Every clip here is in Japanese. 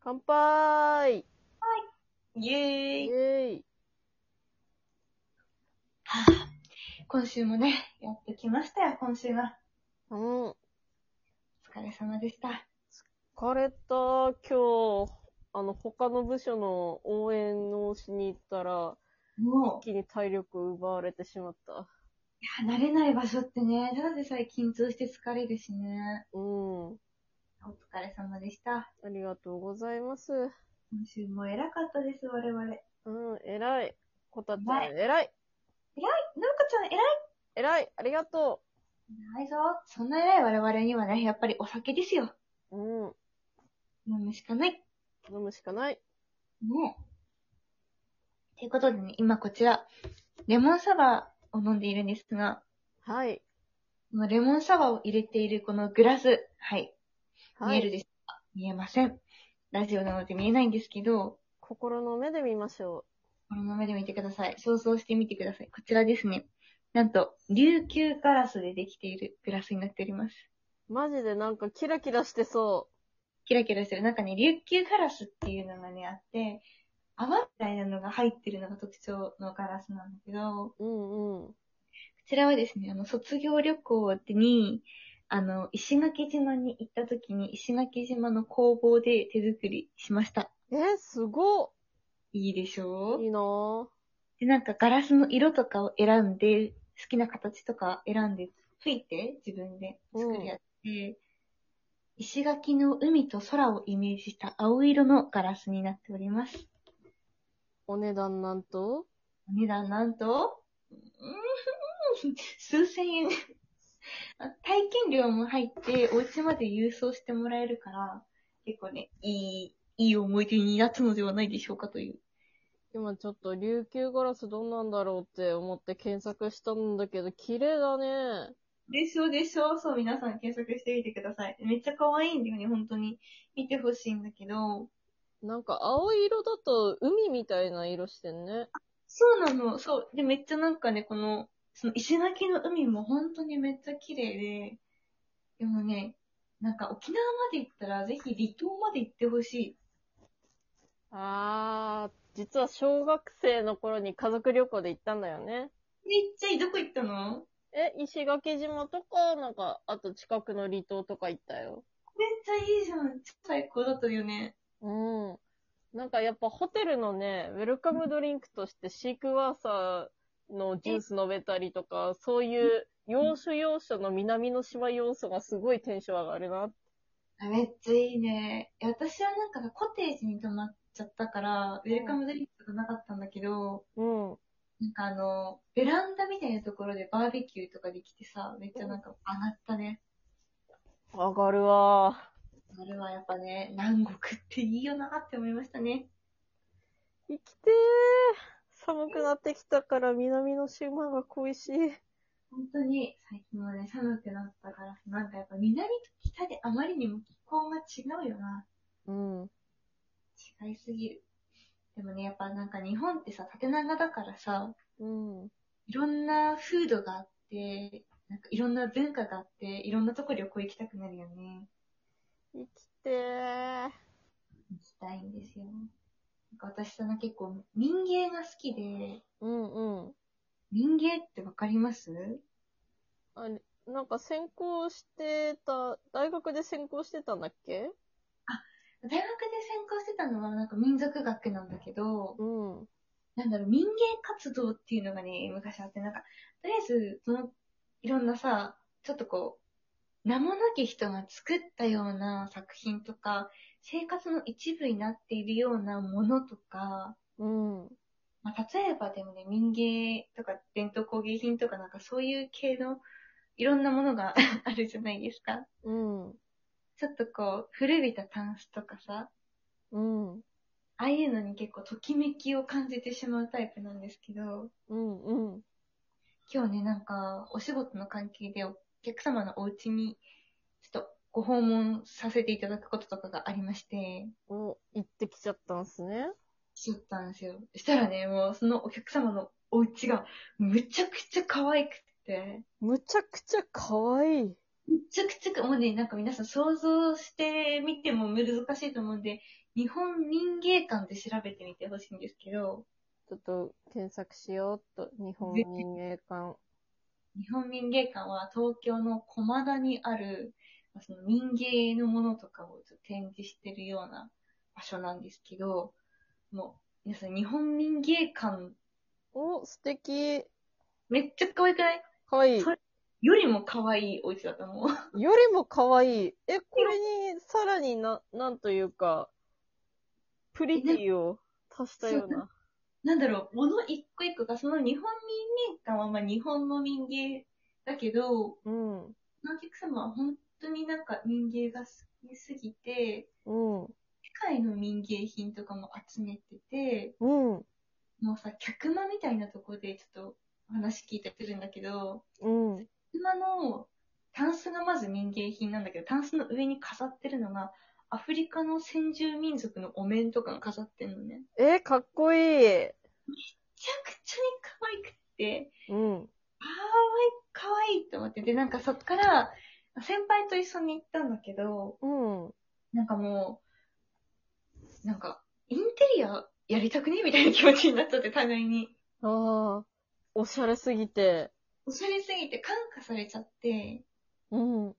乾杯イエイーイ。ェーイはあ、今週もね、やってきましたよ、今週は。うん。お疲れ様でした。疲れた。今日、あの、他の部署の応援をしに行ったら、も一気に体力を奪われてしまった。う、慣れない場所ってね、ただでさえ緊張して疲れるしね。うん。お疲れ様でした。ありがとうございます。今週も偉かったです、我々。のうかうん、偉い。こたちゃん、偉偉い。ちゃん偉い偉い。ありがとないぞ。そんな偉い我々にはね、やっぱりお酒ですよ。う。うん。飲むしかない。飲むしかない。もう。ということでね、今こちら、レモンサワーを飲んでいるんですが、はい。このレモンサワーを入れているこのグラス、はい、はい、見えるでしょうか見えません。ラジオなので見えないんですけど、心の目で見ましょこの目で見てください。想像してみてください。こちらですね。なんと、琉球ガラスでできているグラスになっております。う。マジでなんかキラキラしてそキラキラしてる。なんかね、琉球ガラスっていうのがね、あって、泡みたいなのが入ってるのが特徴のガラスなんだけど、う。うんうん。こちらはですね、あの、卒業旅行に、あの、石垣島に行った時に、石垣島の工房で手作りしました。え、すごいいでしょっいいなぁ。で、なんかガラスの色とかを選んで、好きな形とか選んで、吹いて、自分で作るやつで、石垣の海と空をイメージした青色のガラスになっております。お値段なんとお値段なんと、うーん数千円。 あ体験料も入って、お家まで郵送してもらえるから、結構ね、いい、いい思い出になったのではないでしょうかという。今ちょっと琉球ガラスどんなんだろうって思って検索したんだけど、綺麗だね。でしょでしょそう、皆さん検索してみてください。めっちゃ可愛いんだよね、本当に。見てほしいんだけど。なんか青い色だと海みたいな色してんね。そうなの、そう。で、めっちゃなんかね、この、その石垣の海も本当にめっちゃ綺麗で、でもね、なんか沖縄まで行ったら、ぜひ離島まで行ってほしい。あー、実は小学生の頃に家族旅行で行ったんだよね。めっちゃいい。どこ行ったのえ、石垣島とか、なんか、あと近くの離島とか行ったよ。めっちゃいいじゃん。最高だったよね。うん。なんかやっぱホテルのね、ウェルカムドリンクとしてシークワーサーのジュース飲めたりとか、そういう要所要所の南の島要素がすごいテンション上がるな。めっちゃいいね。いや私はなんかさコテージに泊まっちゃったから、ウェルカムドリンクとかなかったんだけど、うん。なんかあの、ベランダみたいなところでバーベキューとかできてさ、めっちゃなんか上がったね。上がるわ。あれはやっぱね、南国っていいよなって思いましたね。生きてー。寒くなってきたから南の島が恋しい。本当に最近はね、寒くなったから、なんかやっぱ南と北であまりにも気候が違うよな。うん。違いすぎる。でもね、やっぱなんか日本ってさ、縦長だからさ、うん。いろんな風土があって、なんかいろんな文化があって、いろんなとこ旅行行きたくなるよね。生きてー。行きたいんですよ。なんか私さ、結構民芸が好きで、うんうん。民芸ってわかりますあれ、なんか専攻してた、大学で専攻してたんだっけ大学で専攻してたのはなんか民族学なんだけど、うん。なんだろう、民芸活動っていうのがね、昔あって、なんか、とりあえず、その、いろんなさ、ちょっとこう、名もなき人が作ったような作品とか、生活の一部になっているようなものとか、うん。まあ、例えばでもね、民芸とか伝統工芸品とかなんかそういう系のいろんなものが あるじゃないですか。うん。ちょっとこう、古びたタンスとかさ、うん。ああいうのに結構ときめきを感じてしまうタイプなんですけど、うん。うん。今日ね、なんかお仕事の関係でお客様のお家にちょっとご訪問させていただくこととかがありまして、お、行ってきちゃったんすね。しよったんですよ。したらね、もうそのお客様のお家がむちゃくちゃ可愛くて、むちゃくちゃ可愛い。つくつく、もうね、なんか皆さん想像してみても難しいと思うんで、日本民芸館で調べてみてほしいんですけど、ちょっと検索しようっと、日本民芸館。日本民芸館は東京の駒田にある、まあその民芸のものとかをちょっと展示してるような場所なんですけど、もう、皆さん日本民芸館お、素敵。めっちゃ可愛くないかわいい。そよりも可愛いお家だと思う。 よりも可愛い。え、これに、さらにな、なんというか、プリティを足したような。なんだろう、物一個一個が、その日本民芸館はまあ日本の民芸だけど、うん。お客様は本当になんか民芸が好きすぎて、うん。世界の民芸品とかも集めてて、うん。もうさ、客間みたいなとこでちょっとお話聞いたりするんだけど、うん。客間のタンスがまず民芸品なんだけど、タンスの上に飾ってるのが、アフリカの先住民族のお面とかが飾ってるのね。めえ、かっこいい。ちゃくちゃに可愛くって、うん。あー、可愛いって思って、で、なんかそっから、先輩と一緒に行ったんだけど、うん。なんかもう、なんか、インテリアやりたくねみたいな気持ちになっちゃって、互いに。ああ、おしゃれすぎて。おしゃれすぎて感化されちゃって、うん。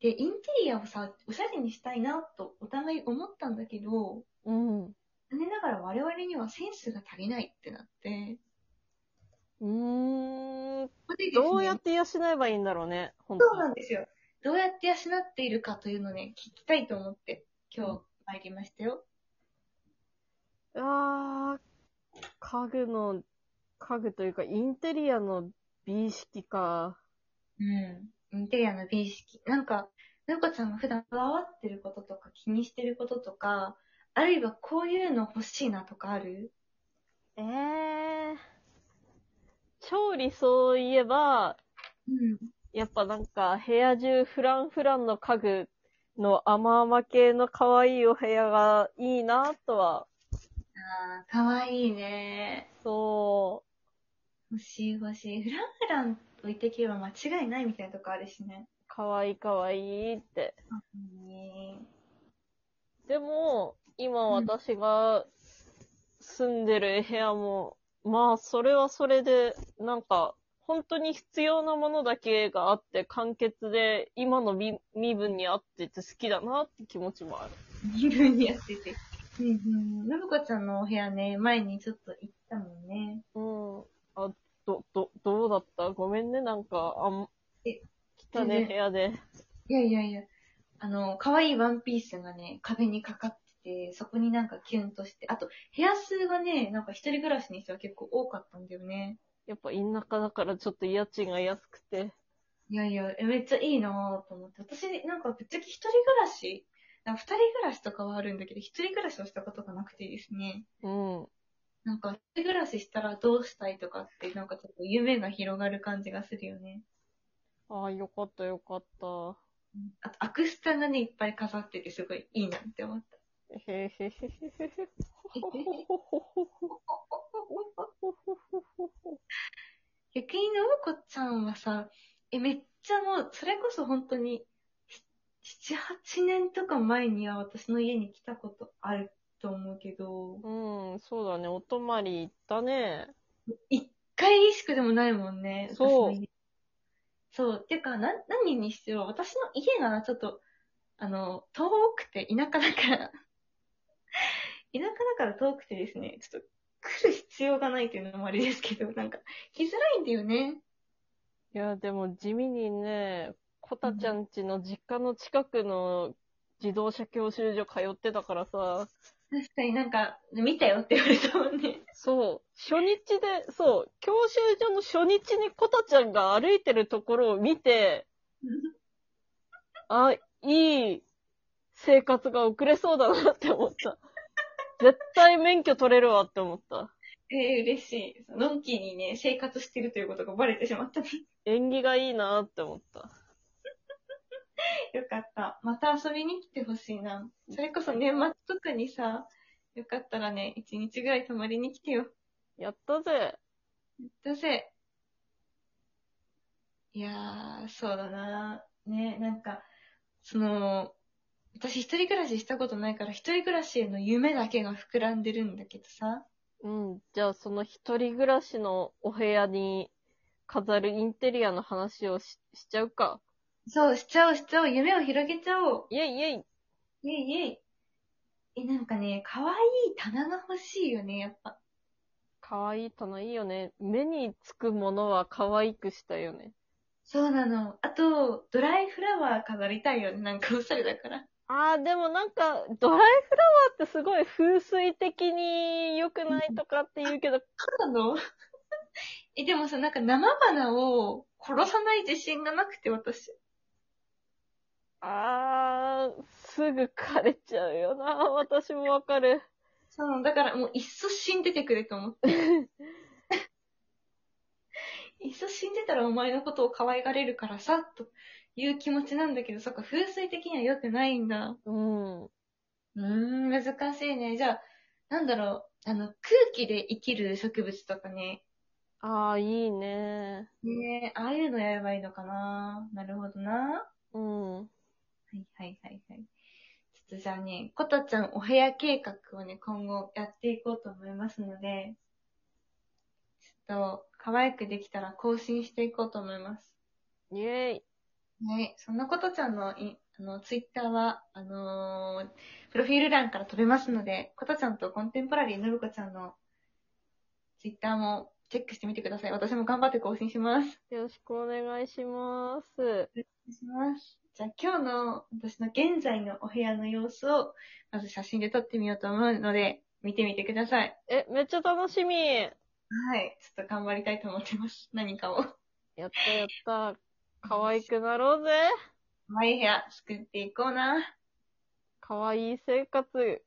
で、インテリアをさ、おしゃれにしたいなとお互い思ったんだけど、うん。残念ながら我々にはセンスが足りないってなって、うーん。ここでですねどうやって養えばいいんだろうね、本そうな当んですよ。どうやって養っているかというのをね、聞きたいと思って、今日参りましたよ。ああ、家具の、家具というか、インテリアの美意識か。うん。インテリアの美意識。なんか、のりこちゃんが普段こだわってることとか気にしてることとか、あるいはこういうの欲しいなとかあるええ超理想を言えば、うん。やっぱなんか部屋中フランフランの家具の甘々系の可愛いお部屋がいいなとは、あーかわいいね。そ欲しい欲しい。フランフラン置いてけば間違いないみたいなとこあるしね。う、可愛い可愛いって。ねでも、今うん私が住んでる部屋も、まあそれはそれで、なんか、本当に必要なものだけがあって、簡潔で、今の身身分に合ってて好きだなって気持ちもある。自分にやってて。うんうん。のぶこちゃんのお部屋ね、前にちょっと行ったもんね。うん。あ、ど、ど、どうだったごめんね、なんか、あん、え汚ね全然部屋で。いやいやいや。あの、可愛いワンピースがね、壁にかかってて、そこになんかキュンとして。あと、部屋数がね、なんか一人暮らしにしては結構多かったんだよね。やっぱ田舎だからちょっと家賃が安くて。いやいや、えめっちゃいいなぁと思って。私、なんかぶっちゃけ一人暮らし、なんか二人暮らしとかはあるんだけど、一人暮らしをしたことがなくてですね。うん。なんか、一人暮らししたらどうしたいとかって、なんかちょっと夢が広がる感じがするよね。ああ、よかったよかった。あと、アクスタがね、いっぱい飾ってて、すごいいいなって思った。へへへへへへ。逆に、のぶこちゃんはさ、え、めっちゃもう、それこそ本当に、七、八年とか前には私の家に来たことあると思うけど、うん、そうだね。お泊まり行ったね。一回しかでもないもんね。そう私の家そう。てか、な、何にしても、私の家がちょっと、あの、遠くて、田舎だから、 田舎だから遠くてですね、ちょっと、来る必要がないっていうのもあれですけど、なんか、来づらいんだよね。いや、でも地味にね、コタちゃんちの実家の近くの自動車教習所通ってたからさ。確かになんか、見たよって言われたもんね。そう、初日で、そう、教習所の初日にコタちゃんが歩いてるところを見て、あ、いい生活が送れそうだなって思った。絶対免許取れるわって思った。 えー、嬉しい。のんきにね、生活してるということがバレてしまったね。縁起がいいなって思った。 よかった。また遊びに来てほしいな。それこそ年末とかにさ、よかったらね、一日ぐらい泊まりに来てよ。やったぜ。どうせ。いやー、そうだな。ね、なんか、その、私一人暮らししたことないから、一人暮らしへの夢だけが膨らんでるんだけどさ。うん。じゃあ、その一人暮らしのお部屋に飾るインテリアの話をししちゃうか。そう、しちゃおうしちゃおう、夢を広げちゃおう。イェイイェイイェイイェイ。え、なんかね、可愛い棚が欲しいよね、やっぱ。かわいい棚いいよね。目につくものは可愛くしたいよね。そうなの。あと、ドライフラワー飾りたいよね。なんかおしゃれだから。ああ、でもなんか、ドライフラワーってすごい風水的に良くないとかって言うけど、そうなの え、でもさ、なんか生花を殺さない自信がなくて、私。ああ、すぐ枯れちゃうよな。私もわかる。そう、だからもういっそ死んでてくれと思 って。いっそ死んでたらお前のことを可愛がれるからさ、という気持ちなんだけど、そっか、風水的には良くないんだ。うん。うーん、難しいね。じゃあ、なんだろう、あの、空気で生きる植物とかね。ああ、いいね。ねえ、ああいうのやればいいのかな。なるほどな。はうん。いはいはいはい。ちょっとじゃあね、コタちゃんお部屋計画をね、今後やっていこうと思いますので、ちょっと、可愛くできたら更新していこうと思います。イェイ。ね、そんなことちゃんのいあのツイッターは、あのープロフィール欄から飛べますので、ことちゃんとコンテンポラリーのぶこちゃんのツイッターもチェックしてみてください。私も頑張って更新します。よろしくお願いします。お願いします。じゃあ今日の私の現在のお部屋の様子を、まず写真で撮ってみようと思うので、見てみてください。え、めっちゃ楽しみ。やはい。ちょっと頑張りたいと思ってます。何 かを。ったやった。可愛くなろうぜ。マイ部屋作っていこうな。可愛い生活、